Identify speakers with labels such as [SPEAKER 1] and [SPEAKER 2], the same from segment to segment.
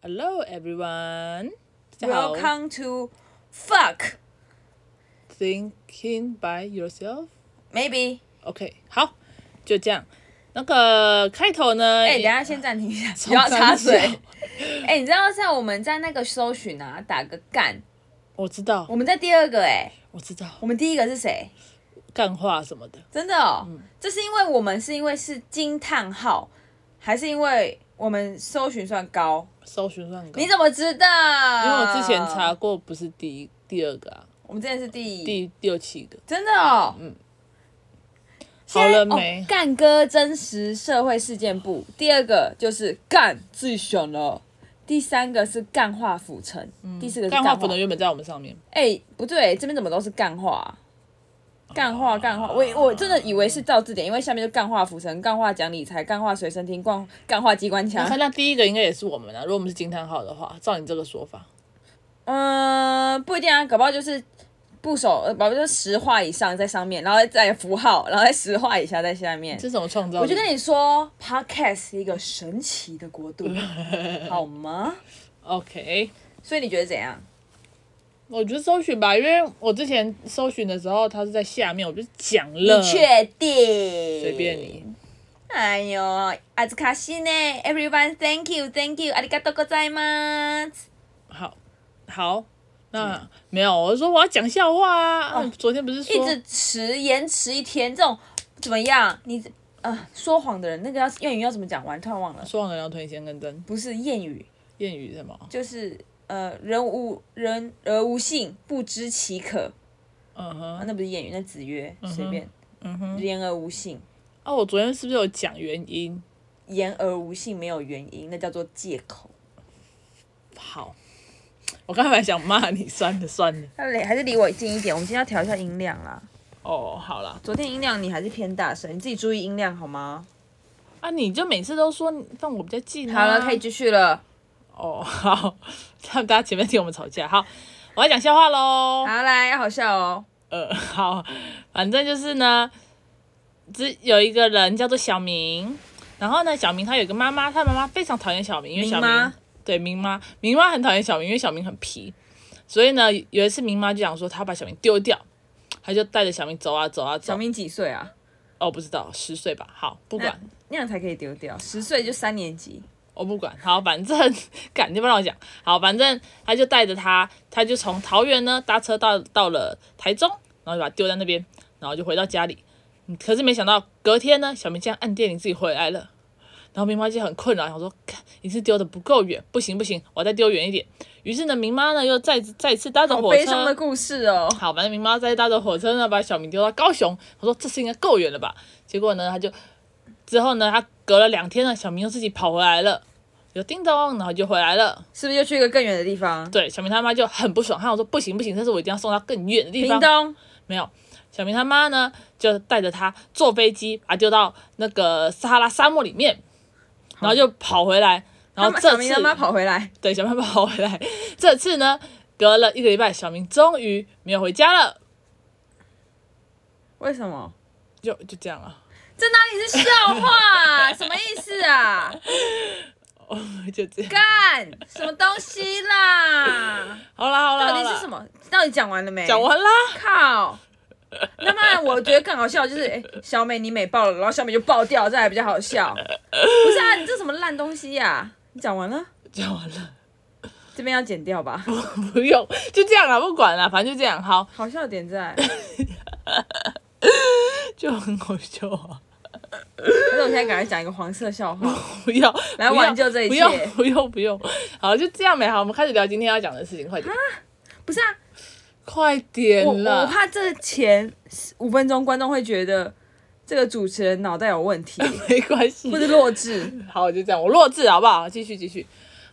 [SPEAKER 1] Hello everyone，大家好。
[SPEAKER 2] Welcome to fuck
[SPEAKER 1] Thinking by yourself。
[SPEAKER 2] maybe。
[SPEAKER 1] OK，好，就这样。那个开头呢？
[SPEAKER 2] 哎、等一下先暂停 一下，
[SPEAKER 1] 冲
[SPEAKER 2] 不要
[SPEAKER 1] 三
[SPEAKER 2] 插嘴
[SPEAKER 1] 小。
[SPEAKER 2] 哎、你知道在我们在那个搜寻啊，打个干，
[SPEAKER 1] 我知道，
[SPEAKER 2] 我们在第二个哎、
[SPEAKER 1] 我知道，
[SPEAKER 2] 我们第一个是谁？
[SPEAKER 1] 干话什么的。
[SPEAKER 2] 真的哦，
[SPEAKER 1] 嗯
[SPEAKER 2] 这是因为我们是因为是惊叹号，还是因为我们搜寻算高？
[SPEAKER 1] 搜寻算高，
[SPEAKER 2] 你
[SPEAKER 1] 因
[SPEAKER 2] 怎么知道？因
[SPEAKER 1] 为我之前查，过，不是第一、第二个啊，
[SPEAKER 2] 我们之前是第
[SPEAKER 1] 第六七个。
[SPEAKER 2] 真的哦，嗯。
[SPEAKER 1] 好了没
[SPEAKER 2] 哦干哥真实社会事件簿，第二个就是干自己选了，第三个是干化府城，第四个
[SPEAKER 1] 嗯
[SPEAKER 2] 是
[SPEAKER 1] 干
[SPEAKER 2] 干
[SPEAKER 1] 话
[SPEAKER 2] 化
[SPEAKER 1] 不能原本在我们上面，
[SPEAKER 2] 哎、不对，这边怎么都是干话啊、
[SPEAKER 1] 哦
[SPEAKER 2] 干话，干话，我我真的以为是照字典，因为下面就干话浮城、干话讲理财、干话随身听、干干话机关枪
[SPEAKER 1] 我。看到第一个应该也是我们啊。如果我们是惊叹号的话，照你这个说法，
[SPEAKER 2] 嗯，不一定啊，搞不好就是部首，呃，搞不好就是十画以上在上面，然后再符号，然后再十画以下在下面。
[SPEAKER 1] 这是什么创造力？
[SPEAKER 2] 我就跟你说，Podcast 是一个神奇的国 度，好吗？
[SPEAKER 1] OK。
[SPEAKER 2] 所以你觉得怎样？
[SPEAKER 1] 我觉得搜寻吧，因为我之前搜寻的时候，它是在下面，我就讲了，
[SPEAKER 2] 你
[SPEAKER 1] 随
[SPEAKER 2] 确定？
[SPEAKER 1] 便。你。
[SPEAKER 2] 哎呦，阿兹卡西呢？Everyone, thank you, thank you，阿里嘎多ございます。
[SPEAKER 1] 好，好，那没有，我说我要讲笑话啊。啊昨天不是
[SPEAKER 2] 哦一
[SPEAKER 1] 说
[SPEAKER 2] 直迟延迟一天，这种怎么样？你呃，说谎的人，那个要谚语要怎么讲完？突然忘了，
[SPEAKER 1] 说谎的人要推先跟真，
[SPEAKER 2] 不是谚语，
[SPEAKER 1] 谚语是什么？
[SPEAKER 2] 就是呃，人无人而无信，不知其可。
[SPEAKER 1] 嗯
[SPEAKER 2] 啊，
[SPEAKER 1] 哼，
[SPEAKER 2] 那不是谚语，那子曰，
[SPEAKER 1] 嗯
[SPEAKER 2] 随便。言而无信。
[SPEAKER 1] 啊，我昨天是不是有讲原因？
[SPEAKER 2] 言而无信没有原因，那叫做借口。
[SPEAKER 1] 好，我刚才本来想骂你，算了算了。
[SPEAKER 2] 那离还是离我近一点，我们今天要调一下音量啊啦。
[SPEAKER 1] 哦，好啦，
[SPEAKER 2] 昨天音量你还是偏大声，你自己注意音量好吗？
[SPEAKER 1] 啊，你就每次都说放我比较近、啊。
[SPEAKER 2] 好了，可以继续了。
[SPEAKER 1] 哦，好， 他大家前面听我们吵架，好，我要讲笑话喽。
[SPEAKER 2] 好来，要好笑哦。
[SPEAKER 1] 呃，好，反正就是呢，只有一个人叫做小明，然后呢，小明他有一个妈妈，他妈妈非常讨厌小明，因为小
[SPEAKER 2] 明
[SPEAKER 1] 明
[SPEAKER 2] 妈
[SPEAKER 1] 对明妈，明妈很讨厌小明，因为小明很皮，所以呢，有一次明妈就讲说她要把小明丢掉，她就带着小明走啊走啊走
[SPEAKER 2] 小，明几岁啊？
[SPEAKER 1] 哦，不知道十岁吧，好，不管，
[SPEAKER 2] 那样才可以丢掉。十岁就三年级，
[SPEAKER 1] 我哦不管，好，反正 赶，你不让我讲。好，反正他就带着他，他就从桃园呢搭车到到了台中，然后就把它丢在那边，然后就回到家里。嗯可是没想到隔天呢，小明竟然按电铃自己回来了。然后明妈就很困扰，想说，看一次丢的不够远，不行不行，我再丢远一点。于是呢，明妈呢又再再次搭着
[SPEAKER 2] 好
[SPEAKER 1] 火
[SPEAKER 2] 悲
[SPEAKER 1] 车，
[SPEAKER 2] 伤的故事哦。
[SPEAKER 1] 好，反正明妈再搭着火车呢，把小明丢到高雄。我说这次应该够远了吧？结果呢，他就之后呢，他隔了两天呢，小明又自己跑回来了，就叮咚，然后就回来了。
[SPEAKER 2] 是不是又去一个更远的地方？
[SPEAKER 1] 对，小明他妈就很不爽，他想说不行不行，但是我一定要送到更远的地
[SPEAKER 2] 屏
[SPEAKER 1] 方。
[SPEAKER 2] 东。
[SPEAKER 1] 没有，小明他妈呢就带着他坐飞机，把他丢到那个撒哈拉沙漠里面，然后就跑回来。然
[SPEAKER 2] 他
[SPEAKER 1] 后
[SPEAKER 2] 妈
[SPEAKER 1] 这
[SPEAKER 2] 小
[SPEAKER 1] 次
[SPEAKER 2] 明他妈跑回来，
[SPEAKER 1] 对，小明跑回来。这次呢，隔了一个礼拜，小明终于没有回家了，
[SPEAKER 2] 为什么？
[SPEAKER 1] 就就这样了。啊
[SPEAKER 2] 这哪里是笑话 啊、什么意思啊？
[SPEAKER 1] 就这样。
[SPEAKER 2] 干什么东西啦？
[SPEAKER 1] 好啦好啦，
[SPEAKER 2] 到
[SPEAKER 1] 好
[SPEAKER 2] 底
[SPEAKER 1] 啦
[SPEAKER 2] 是什？么？到底讲完了没？
[SPEAKER 1] 讲完啦。
[SPEAKER 2] 靠！那么我觉得更好笑的就是，哎、小美你美爆了，然后小美就爆掉，这还比较好笑。不是啊，你这什么烂东西呀、你讲完了，
[SPEAKER 1] 讲完了，
[SPEAKER 2] 这边要剪掉吧？
[SPEAKER 1] 不用，就这样啦，不管啦，反正就这样，好，
[SPEAKER 2] 好笑点在，
[SPEAKER 1] 就很好笑啊！
[SPEAKER 2] 可是我现在赶快讲一个黄色笑话。
[SPEAKER 1] 不要
[SPEAKER 2] 来
[SPEAKER 1] 不要
[SPEAKER 2] 挽救这一
[SPEAKER 1] 不用
[SPEAKER 2] 切
[SPEAKER 1] 不用不用，好，就这样没好，我们开始聊今天要讲的事情，快点，
[SPEAKER 2] 不是啊，
[SPEAKER 1] 快
[SPEAKER 2] 我
[SPEAKER 1] 点
[SPEAKER 2] 我
[SPEAKER 1] 啦！
[SPEAKER 2] 怕这前五分钟观众会觉得这个主持人脑袋有问题，
[SPEAKER 1] 没关系
[SPEAKER 2] 或，是弱智。
[SPEAKER 1] 好，就这样，我弱智好不好？继续继续，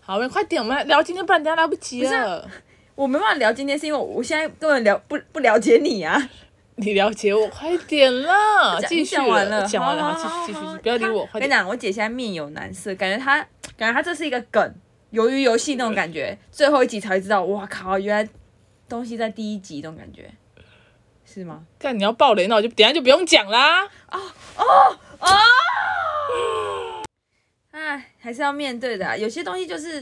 [SPEAKER 1] 好，我们快点，我们来聊今天，不然等一下来不及了。
[SPEAKER 2] 我没办法聊今天，是因为我现在根本了不不了解你啊。
[SPEAKER 1] 你了解我，快点啦！
[SPEAKER 2] 讲
[SPEAKER 1] 啊继续
[SPEAKER 2] 讲完
[SPEAKER 1] 了，
[SPEAKER 2] 了，
[SPEAKER 1] 讲完了，
[SPEAKER 2] 好
[SPEAKER 1] 好，继续继
[SPEAKER 2] 好
[SPEAKER 1] 续，不要理我，
[SPEAKER 2] 我
[SPEAKER 1] 快
[SPEAKER 2] 跟你
[SPEAKER 1] 点。
[SPEAKER 2] 讲，我姐现在面有难色，感觉她感觉她这是一个梗，鱿鱼游戏那种感觉，最后一集才会知道，哇靠，原来东西在第一集那种感觉，是吗？
[SPEAKER 1] 看你要爆雷，那我就等一下就不用讲啦。
[SPEAKER 2] 哎，还是要面对的啊、有些东西就是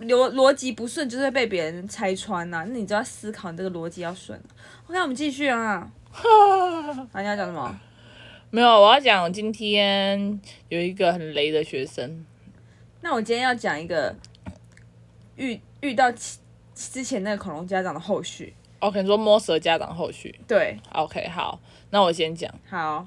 [SPEAKER 2] 逻逻辑不顺，就是会被别人拆穿呐、那你就要思考你这个逻辑要顺。OK，我们继 续啊。啊，你要讲什么？
[SPEAKER 1] 没有，我要讲今天有一个很雷的学生，
[SPEAKER 2] 那我今天要讲一个遇遇到其之前那个恐龙家长的后续。
[SPEAKER 1] 哦，可能说摸蛇家长后续。
[SPEAKER 2] 对，
[SPEAKER 1] OK，好，那我先讲。
[SPEAKER 2] 好，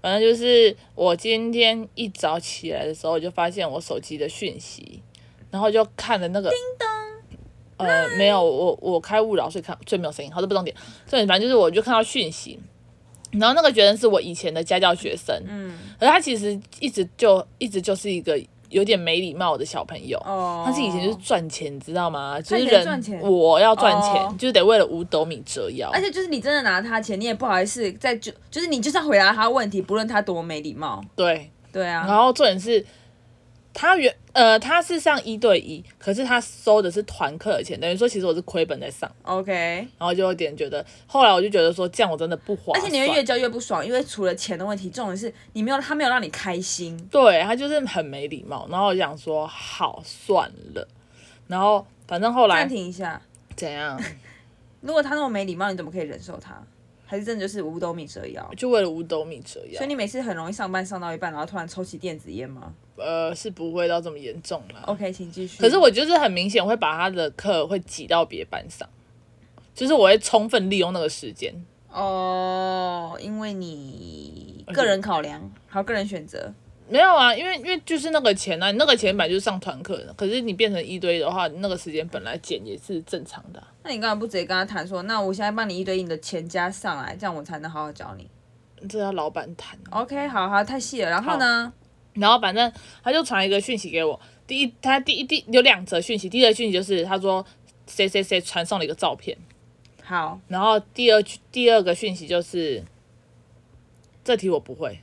[SPEAKER 1] 反正就是我今天一早起来的时候，我就发现我手机的讯息，然后就看了那个叮咚。呃，没有，我我开勿扰，所以看所以没有声音。好，这不重点，重点反正就是我就看到讯息，然后那个学生是我以前的家教学生，嗯，可是他其实一直就一直就是一个有点没礼貌的小朋友，
[SPEAKER 2] 哦，
[SPEAKER 1] 他是以前就是赚钱，你知道吗？就是
[SPEAKER 2] 以前赚
[SPEAKER 1] 人
[SPEAKER 2] 钱
[SPEAKER 1] 我要赚钱，
[SPEAKER 2] 哦
[SPEAKER 1] 就是得为了五斗米折腰
[SPEAKER 2] 而。且就是你真的拿他钱，你也不好意思再就就是你就是要回答他问题，不论他多没礼貌。
[SPEAKER 1] 对，
[SPEAKER 2] 对啊，
[SPEAKER 1] 然后重点是，他原呃他是上一对一，可是他收的是团课的钱，等于说其实我是亏本在上，
[SPEAKER 2] OK。
[SPEAKER 1] 然后就有点觉得，后来我就觉得说这样我真的不划
[SPEAKER 2] 而
[SPEAKER 1] 算。
[SPEAKER 2] 且你会越教越不爽，因为除了钱的问题，重点是你没有他没有让你开心。
[SPEAKER 1] 对他就是很没礼貌，然后我想说好算了，然后反正后
[SPEAKER 2] 暂
[SPEAKER 1] 来
[SPEAKER 2] 停一下，
[SPEAKER 1] 怎样，
[SPEAKER 2] 如果他那么没礼貌，你怎么可以忍受他？还是真的就是五斗米折腰？
[SPEAKER 1] 就为了五斗米折腰
[SPEAKER 2] 所以，你每次很容易上班上到一半，然后突然抽起电子烟吗
[SPEAKER 1] 呃是不会到这么严重啦。
[SPEAKER 2] ？OK，请继续。
[SPEAKER 1] 可是我就是很明显会把他的课会挤到别班上，就是我会充分利用那个时间。
[SPEAKER 2] 哦，因为你个人考量，还有个人选择。
[SPEAKER 1] 没有啊，因为因为就是那个钱啊，你那个钱本来就是上团课的，可是你变成一堆的话，那个时间本来减也是正常的啊、
[SPEAKER 2] 那你干嘛不直接跟他谈说，那我现在帮你一对一，你的钱加上来，这样我才能好好教你。
[SPEAKER 1] 这要老板谈啊。
[SPEAKER 2] OK，好好，太细了。然后呢？
[SPEAKER 1] 然后反正他就传一个讯息给我，第一他第一第有两则讯息，第一个讯息就是他说谁谁谁传送了一个照片，
[SPEAKER 2] 好，
[SPEAKER 1] 然后第二第二个讯息就是这题我不会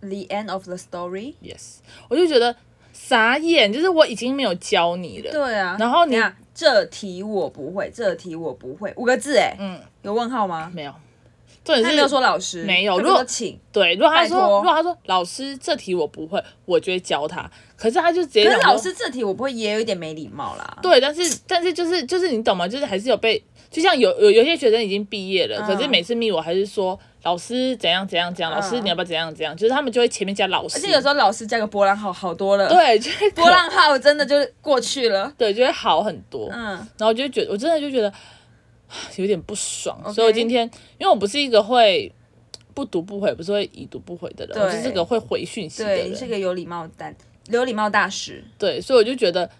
[SPEAKER 2] ，The end of the story。
[SPEAKER 1] ，yes，我就觉得傻眼，就是我已经没有教你了，
[SPEAKER 2] 对啊。
[SPEAKER 1] 然后你
[SPEAKER 2] 等一下这题我不会，这题我不会，五个字哎、嗯，有问号吗？
[SPEAKER 1] 没有，重点
[SPEAKER 2] 他
[SPEAKER 1] 是
[SPEAKER 2] 没有说老师，
[SPEAKER 1] 没有
[SPEAKER 2] 他只
[SPEAKER 1] 如果
[SPEAKER 2] 说请。
[SPEAKER 1] 对，如果他说
[SPEAKER 2] 拜托
[SPEAKER 1] 如果他说老师这题我不会，我就会教他。可是他就直接
[SPEAKER 2] 可是
[SPEAKER 1] 讲说
[SPEAKER 2] 老师这题我不会，也有一点没礼貌啦。
[SPEAKER 1] 对，但是但是就是就是你懂吗？就是还是有被，就像有有有些学生已经毕业了，
[SPEAKER 2] 嗯
[SPEAKER 1] 可是每次密我还是说老师怎样怎样怎样，老师
[SPEAKER 2] 嗯
[SPEAKER 1] 你要不要怎样怎样，就是他们就会前面加老师，
[SPEAKER 2] 而且有时候老师加个波浪号好多了，，
[SPEAKER 1] 对，就会
[SPEAKER 2] 波浪号真的就过去了。
[SPEAKER 1] 对就会好很多。
[SPEAKER 2] 嗯，
[SPEAKER 1] 然后我就觉得我真的就觉得有点不爽
[SPEAKER 2] OK
[SPEAKER 1] 所以我今天因为我不是一个会。不读不回，不是会已读不回的人，我就是
[SPEAKER 2] 对
[SPEAKER 1] 个会回讯息的
[SPEAKER 2] 对，
[SPEAKER 1] 人
[SPEAKER 2] 你，是个有礼貌蛋，有礼貌大使。
[SPEAKER 1] 对，所以我就觉得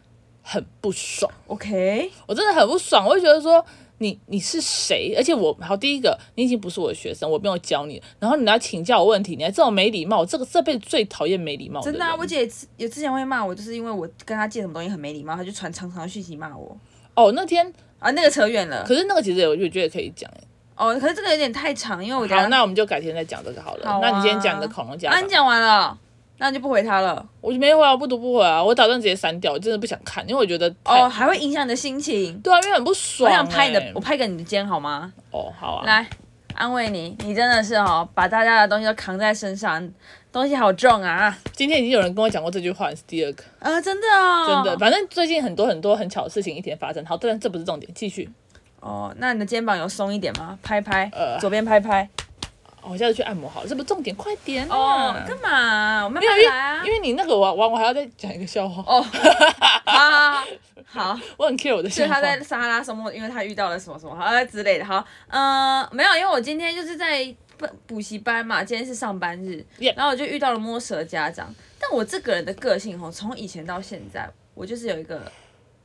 [SPEAKER 1] 很不爽。
[SPEAKER 2] OK，
[SPEAKER 1] 我真的很不爽，我就觉得说你你是谁？而且我好第一个，你已经不是我的学生，我没有教你，然后你来请教我问题，你还这种没礼貌，我这个这辈子最讨厌没礼貌
[SPEAKER 2] 真
[SPEAKER 1] 的
[SPEAKER 2] 的啊，
[SPEAKER 1] 人
[SPEAKER 2] 我姐也之也之前会骂我，就是因为我跟她借什么东西很没礼貌，她就传长长的讯息骂我。
[SPEAKER 1] 哦，那天
[SPEAKER 2] 啊，那个扯远了。
[SPEAKER 1] 可是那个其实我就觉得可以讲哎。
[SPEAKER 2] 哦，可是这个有点太长，因为我等一
[SPEAKER 1] 好，
[SPEAKER 2] 下
[SPEAKER 1] 那我们就改天再讲这个好了。
[SPEAKER 2] 啊好啊
[SPEAKER 1] 那你今天讲你的恐龙家
[SPEAKER 2] 啊，
[SPEAKER 1] 长
[SPEAKER 2] 你，讲完了，那你就不回她了。
[SPEAKER 1] 我就没回啊，我不读不回啊，我打算直接删掉，我真的不想看，因为我觉得太
[SPEAKER 2] 哦，还会影响你的心情。
[SPEAKER 1] 对啊，因为很不
[SPEAKER 2] 我
[SPEAKER 1] 爽、
[SPEAKER 2] 想拍你的
[SPEAKER 1] 哎，
[SPEAKER 2] 我拍个你的肩好吗？
[SPEAKER 1] 哦，好啊，
[SPEAKER 2] 来安慰你，你真的是哦，把大家的东西都扛在身上，东西好重啊！
[SPEAKER 1] 今天已经有人跟我讲过这句话，是第二个，
[SPEAKER 2] 啊，真的哦，
[SPEAKER 1] 真的，反正最近很多很多很巧的事情一天发生。好，但这不是重点，继续。
[SPEAKER 2] 哦，那你的肩膀有松一点吗？拍拍，
[SPEAKER 1] 呃
[SPEAKER 2] 左边拍拍。
[SPEAKER 1] 哦我下次去按摩好了，这不重点，快点
[SPEAKER 2] 哦
[SPEAKER 1] 啊、，
[SPEAKER 2] 干嘛？我慢
[SPEAKER 1] 没有，
[SPEAKER 2] 慢
[SPEAKER 1] 因
[SPEAKER 2] 来啊
[SPEAKER 1] 为因。为你那个我完，我还要再讲一个笑话。
[SPEAKER 2] 哦，好好好，
[SPEAKER 1] 我很 care 我的
[SPEAKER 2] 所
[SPEAKER 1] 笑
[SPEAKER 2] 以
[SPEAKER 1] 话。
[SPEAKER 2] 他在撒哈拉沙漠，因为他遇到了什么什么啊之类的。好，嗯、没有，因为我今天就是在补补习班嘛，今天是上班日
[SPEAKER 1] Yeah
[SPEAKER 2] 然后我就遇到了摸蛇家长。但我这个人的个性吼，从以前到现在，我就是有一个，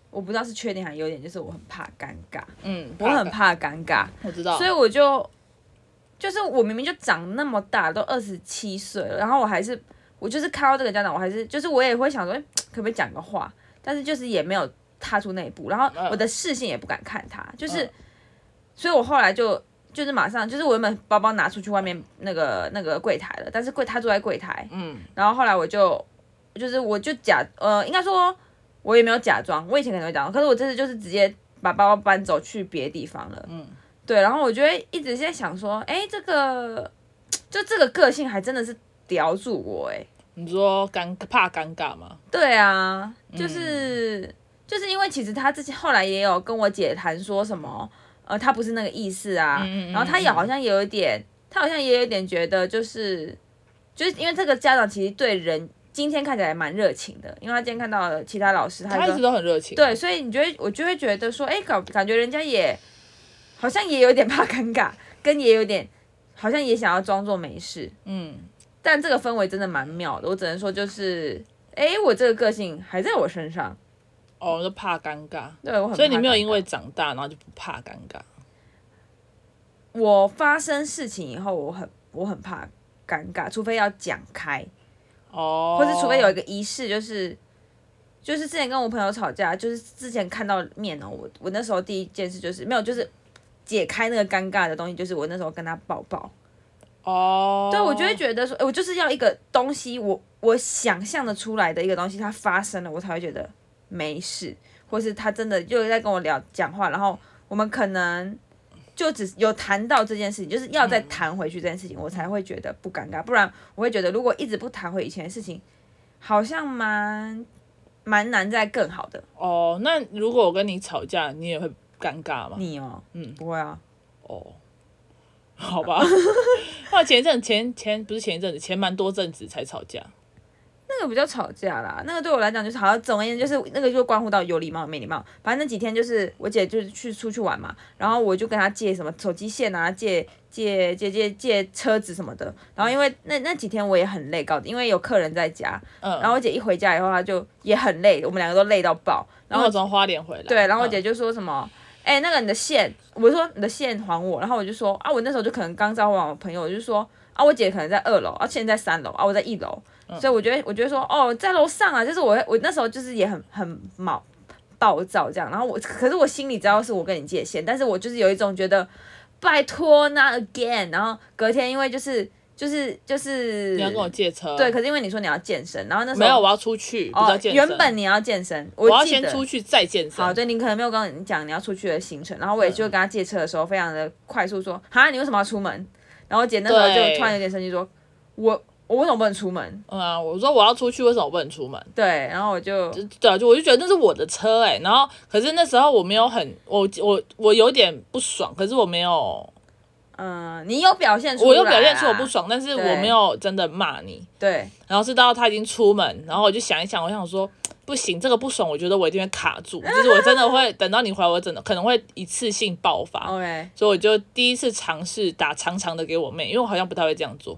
[SPEAKER 2] 我不知道是缺点还是优点，就是我很怕尴尬，
[SPEAKER 1] 嗯，
[SPEAKER 2] 我很，怕尴尬。
[SPEAKER 1] 我知道。
[SPEAKER 2] 所以我就就是我明明就长那么大，都二十七岁了，然后我还是我就是看到这个家长，我还是就是我也会想说，诶哎可不可以讲个话？但是就是也没有踏出那一步，然后
[SPEAKER 1] 嗯
[SPEAKER 2] 我的视线也不敢看他，就是，
[SPEAKER 1] 嗯
[SPEAKER 2] 所以我后来就。就是马上，就是我原本包包拿出去外面那个那个柜台了，但是柜他坐在柜台，
[SPEAKER 1] 嗯，
[SPEAKER 2] 然后后来我就就是我就假呃，应该说我也没有假装，我以前可能会假装，可是我这次就是直接把包包搬走去别的地方了。
[SPEAKER 1] 嗯
[SPEAKER 2] 嗯，对，然后我就会一直在想说，哎，这个就这个个性还真的是叼住我哎、
[SPEAKER 1] 你说尴怕尴尬吗？
[SPEAKER 2] 对啊，
[SPEAKER 1] 嗯
[SPEAKER 2] 就是、就是因为其实他之前后来也有跟我姐谈说什么，呃，他不是那个意思啊，
[SPEAKER 1] 嗯嗯
[SPEAKER 2] 然后他也好像也有一点，他好像也有一点觉得就是就是因为这个家长其实对人今天看起来蛮热情的，因为他今天看到了其他老师，
[SPEAKER 1] 他
[SPEAKER 2] 就
[SPEAKER 1] 一直都很热情。
[SPEAKER 2] 对，，所以你就会我就会觉得说，哎、感感觉人家也好像也有点怕尴尬，跟也有点好像也想要装作没事，
[SPEAKER 1] 嗯，
[SPEAKER 2] 但这个氛围真的蛮妙的，我只能说就是，哎、我这个个性还在我身上，
[SPEAKER 1] 哦，就怕尴尬，
[SPEAKER 2] 对我很。
[SPEAKER 1] 所以你没有因为，长大然后就不怕尴尬。
[SPEAKER 2] 我发生事情以后，我很我很怕尴尬，除非要讲开，
[SPEAKER 1] 哦，
[SPEAKER 2] 或是除非有一个仪式，就是就是之前跟我朋友吵架，就是之前看到面哦、我我那时候第一件事就是没有，就是解开那个尴尬的东西，就是我那时候跟他抱抱。
[SPEAKER 1] 哦，
[SPEAKER 2] 对，我就会觉得说，诶我就是要一个东西，我我想象的出来的一个东西，它发生了，我才会觉得没事，或是他真的又在跟我聊讲话，然后我们可能就只有谈到这件事情，就是要再谈回去这件事情，我才会觉得不尴尬，不然我会觉得如果一直不谈回以前的事情，好像蛮蛮难再更好的。
[SPEAKER 1] 哦，那如果我跟你吵架，你也会尴尬吗？
[SPEAKER 2] 你哦，嗯，不会啊，
[SPEAKER 1] 哦，好吧。 那前一阵前前不是前一阵子，前蛮多阵子才吵架。
[SPEAKER 2] 那个不叫吵架啦，那个对我来讲就是好像总而言之就是那个就关乎到有礼貌没礼貌。反正那几天就是我姐就是去出去玩嘛，然后我就跟她借什么手机线啊，借借借借借车子什么的。然后因为那那几天我也很累，搞因为有客人在家，
[SPEAKER 1] 嗯，
[SPEAKER 2] 然后我姐一回家以后她就也很累，我们两个都累到爆。然
[SPEAKER 1] 然
[SPEAKER 2] 后
[SPEAKER 1] 后从花莲回来。
[SPEAKER 2] 对，然后我
[SPEAKER 1] 嗯
[SPEAKER 2] 姐就说什么，哎、那个你的线，我说你的线还我，然后我就说啊，我那时候就可能刚交往我朋友，我就说啊，我姐可能在二楼，啊，现在在三楼，啊，我在一楼，
[SPEAKER 1] 嗯
[SPEAKER 2] 所以我觉得我觉得说哦，在楼上啊，就是我我那时候就是也很很毛暴躁这样，然后我可是我心里知道是我跟你借线，但是我就是有一种觉得拜托 not again，然后隔天因为就是就是就是
[SPEAKER 1] 你要跟我借车。
[SPEAKER 2] 对，可是因为你说你要健身，然后那时候
[SPEAKER 1] 没有，我要出去，不是要
[SPEAKER 2] 哦，
[SPEAKER 1] 健身。
[SPEAKER 2] 原本你要健身，我
[SPEAKER 1] 我要
[SPEAKER 2] 记
[SPEAKER 1] 先
[SPEAKER 2] 得
[SPEAKER 1] 出去再健身。
[SPEAKER 2] 好，哦对你可能没有跟你讲你要出去的行程，然后
[SPEAKER 1] 嗯
[SPEAKER 2] 我也就跟他借车的时候，非常的快速说，哈，你为什么要出门？然后我姐那时候
[SPEAKER 1] 对
[SPEAKER 2] 就突然有点生气，说，我我为什么不能出门？
[SPEAKER 1] 嗯啊，我说我要出去，为什么我不能出门？
[SPEAKER 2] 对，然后我就
[SPEAKER 1] 对啊，就我就觉得那是我的车哎、然后可是那时候我没有很，我我我有点不爽，可是我没有，
[SPEAKER 2] 嗯、你有表现出来，
[SPEAKER 1] 我有表现出我不，爽，但是
[SPEAKER 2] 对
[SPEAKER 1] 我没有真的骂你。
[SPEAKER 2] 对，
[SPEAKER 1] 然后是到他已经出门，然后我就想一想，我想说不行，这个不爽，我觉得我一定会卡住，就是我真的会等到你回来，我真的可能会一次性爆发。
[SPEAKER 2] OK，
[SPEAKER 1] 所以我就第一次尝试打长长的给我妹，因为我好像不太会这样做。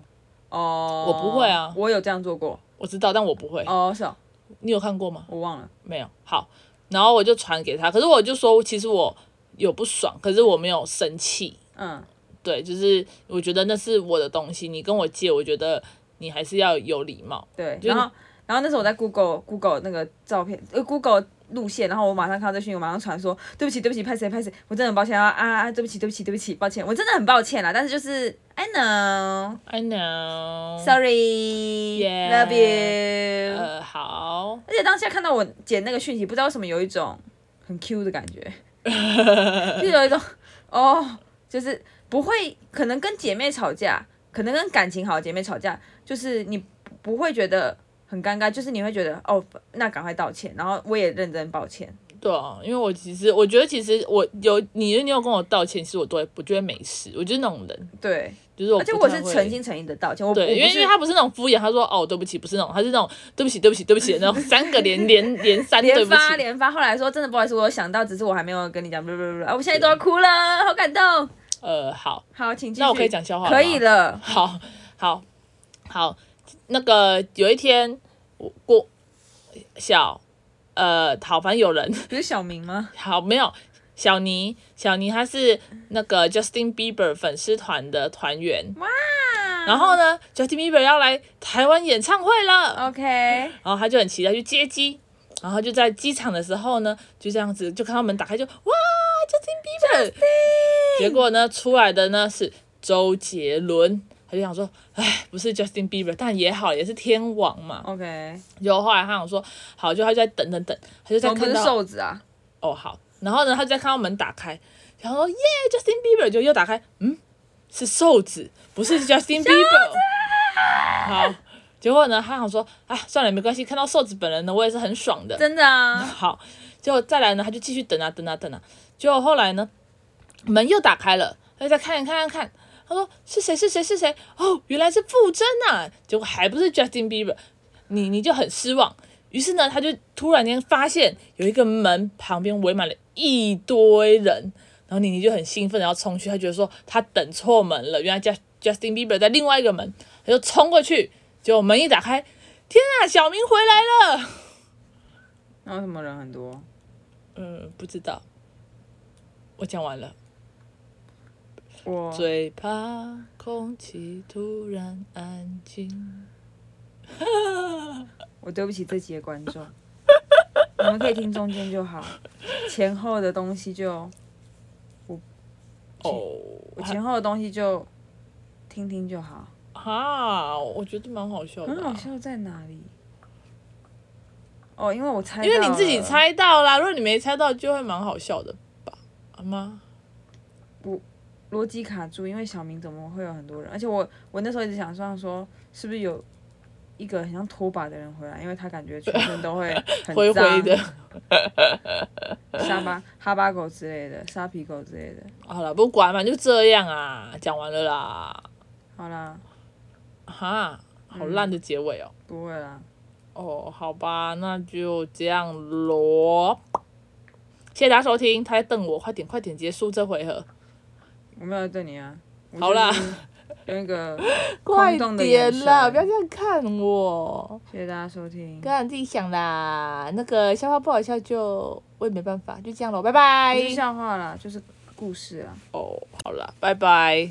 [SPEAKER 2] 哦，
[SPEAKER 1] 我不会啊
[SPEAKER 2] 我有这样做过，
[SPEAKER 1] 我知道，但我不会。
[SPEAKER 2] 哦，是哦，
[SPEAKER 1] 你有看过吗？
[SPEAKER 2] 我忘了，
[SPEAKER 1] 没有。好，然后我就传给他，可是我就说，其实我有不爽，可是我没有生气。
[SPEAKER 2] 嗯，
[SPEAKER 1] 对，就是我觉得那是我的东西，你跟我借，我觉得你还是要有礼貌。
[SPEAKER 2] 对，
[SPEAKER 1] 就
[SPEAKER 2] 然后然后那时候我在 Google Google 那个照片，呃 Google 路线，然后我马上看到这讯息，我马上传说对不起对不起，拍谁拍谁，我真的很抱歉啊啊啊，对不起对不起对不起，抱歉，我真的很抱歉啦，但是就是 I know
[SPEAKER 1] I know。
[SPEAKER 2] sorry
[SPEAKER 1] Yeah
[SPEAKER 2] love you，、
[SPEAKER 1] 呃，好。
[SPEAKER 2] 而且当下看到我姐那个讯息，不知道为什么有一种很 Q 的感觉， 就有一种哦，就是不会，可能跟姐妹吵架，可能跟感情好的姐妹吵架，就是你不不会觉得很尴尬，就是你会觉得哦，那赶快道歉，然后我也认真抱歉。
[SPEAKER 1] 对啊，因为我其实我觉得其实我有你你有跟我道歉，其实我都会我觉得没事，我就是那种人，
[SPEAKER 2] 对，
[SPEAKER 1] 就是我
[SPEAKER 2] 而且
[SPEAKER 1] 哦不
[SPEAKER 2] 我
[SPEAKER 1] 太
[SPEAKER 2] 是
[SPEAKER 1] 会
[SPEAKER 2] 诚心诚意的道歉，我我
[SPEAKER 1] 对，因
[SPEAKER 2] 不
[SPEAKER 1] 为因为
[SPEAKER 2] 是
[SPEAKER 1] 他不是那种敷衍，他说哦对不起，不是那种，他是那种对不起对不起对不起的那种三个连连连三对
[SPEAKER 2] 连
[SPEAKER 1] 不起，
[SPEAKER 2] 发连发，后来说真的不好意思，我有想到，只是我还没有跟你讲，不不不，啊我现在都要哭了，好感动。
[SPEAKER 1] 呃好，
[SPEAKER 2] 好，请继续。
[SPEAKER 1] 那我可以讲笑话
[SPEAKER 2] 可以
[SPEAKER 1] 的，
[SPEAKER 2] 了。
[SPEAKER 1] 好好好，那个有一天我过小呃好，反正有人
[SPEAKER 2] 不是小明吗？
[SPEAKER 1] 好，没有小尼，小尼他是那个 Justin Bieber 粉丝团的团员。哇！然后呢，Justin Bieber 要来台湾演唱会了，
[SPEAKER 2] OK，
[SPEAKER 1] 然后他就很期待去接机。然后就在机场的时候呢，就这样子就看到门打开就哇，Justin Bieber。结果呢，出来的呢是周杰伦。他就想说，哎，不是 Justin Bieber，但也好，也是天王嘛。
[SPEAKER 2] OK，
[SPEAKER 1] 结果后来他想说，好，就他就在等等等，他就
[SPEAKER 2] 怎
[SPEAKER 1] 在
[SPEAKER 2] 么不
[SPEAKER 1] 看
[SPEAKER 2] 是
[SPEAKER 1] 到
[SPEAKER 2] 瘦 子啊？
[SPEAKER 1] 哦好，然后呢，他就在看到门打开，然后说耶，Justin Bieber 就又打开，嗯，是瘦子，不是 Justin Bieber。好，结果呢，他想说啊，算了，没关系，看到瘦子本人呢，我也是很爽的。
[SPEAKER 2] 真的啊，
[SPEAKER 1] 好，结果再来呢，他就继续等啊等啊等啊，结果后来呢，门又打开了，他就再看看看看，他说是谁是谁是谁？哦，原来是傅征啊！结果还不是 Justin Bieber，你你就很失望。于是呢，他就突然间发现有一个门旁边围满了一堆人，然后妮妮就很兴奋，然后冲去，他觉得说他等错门了，原来 Just Justin Bieber 在另外一个门，他就冲过去，结果门一打开，天啊，小明回来了！
[SPEAKER 2] 然后什么人很多？
[SPEAKER 1] 嗯，不知道，我讲完了。
[SPEAKER 2] 我
[SPEAKER 1] 最怕空气突然安静。
[SPEAKER 2] 我对不起这集的观众， 你们可以听中间就好，前后的东西就
[SPEAKER 1] 哦，
[SPEAKER 2] 我前后的东西就听听就好。
[SPEAKER 1] 哈，我觉得蛮好笑的
[SPEAKER 2] 很
[SPEAKER 1] 啊、
[SPEAKER 2] 好笑在哪里？哦，因为我猜，
[SPEAKER 1] 因为你自己，猜到啦。如果你没猜到，就会蛮好笑的吧？好吗？
[SPEAKER 2] 逻辑卡住，因为小明怎么会有很多人？而且我我那时候一直想上说，是不是有一个很像拖把的人回来？因为他感觉全身都会很
[SPEAKER 1] 灰
[SPEAKER 2] 脏
[SPEAKER 1] 灰的。
[SPEAKER 2] 沙巴哈巴狗之类的，沙皮狗之类的。
[SPEAKER 1] 好了，不管嘛，就这样啊，讲完了啦。
[SPEAKER 2] 好啦，
[SPEAKER 1] 哈，好烂的结尾哦。
[SPEAKER 2] 不会啦，
[SPEAKER 1] 哦，好吧，那就这样咯。谢谢大家收听，他在瞪我，快点快点结束这回合。
[SPEAKER 2] 我没有对你啊。我
[SPEAKER 1] 好啦
[SPEAKER 2] 就是用一个
[SPEAKER 1] 快
[SPEAKER 2] 空洞的眼
[SPEAKER 1] 点啦！
[SPEAKER 2] 神
[SPEAKER 1] 不要这样看我，
[SPEAKER 2] 谢谢大家 收听。
[SPEAKER 1] 不要你自己想啦。那个笑话不好笑就我也没办法，就这样咯，拜拜
[SPEAKER 2] 不。是笑话啦，就是故事啦。
[SPEAKER 1] 哦，好啦，拜拜。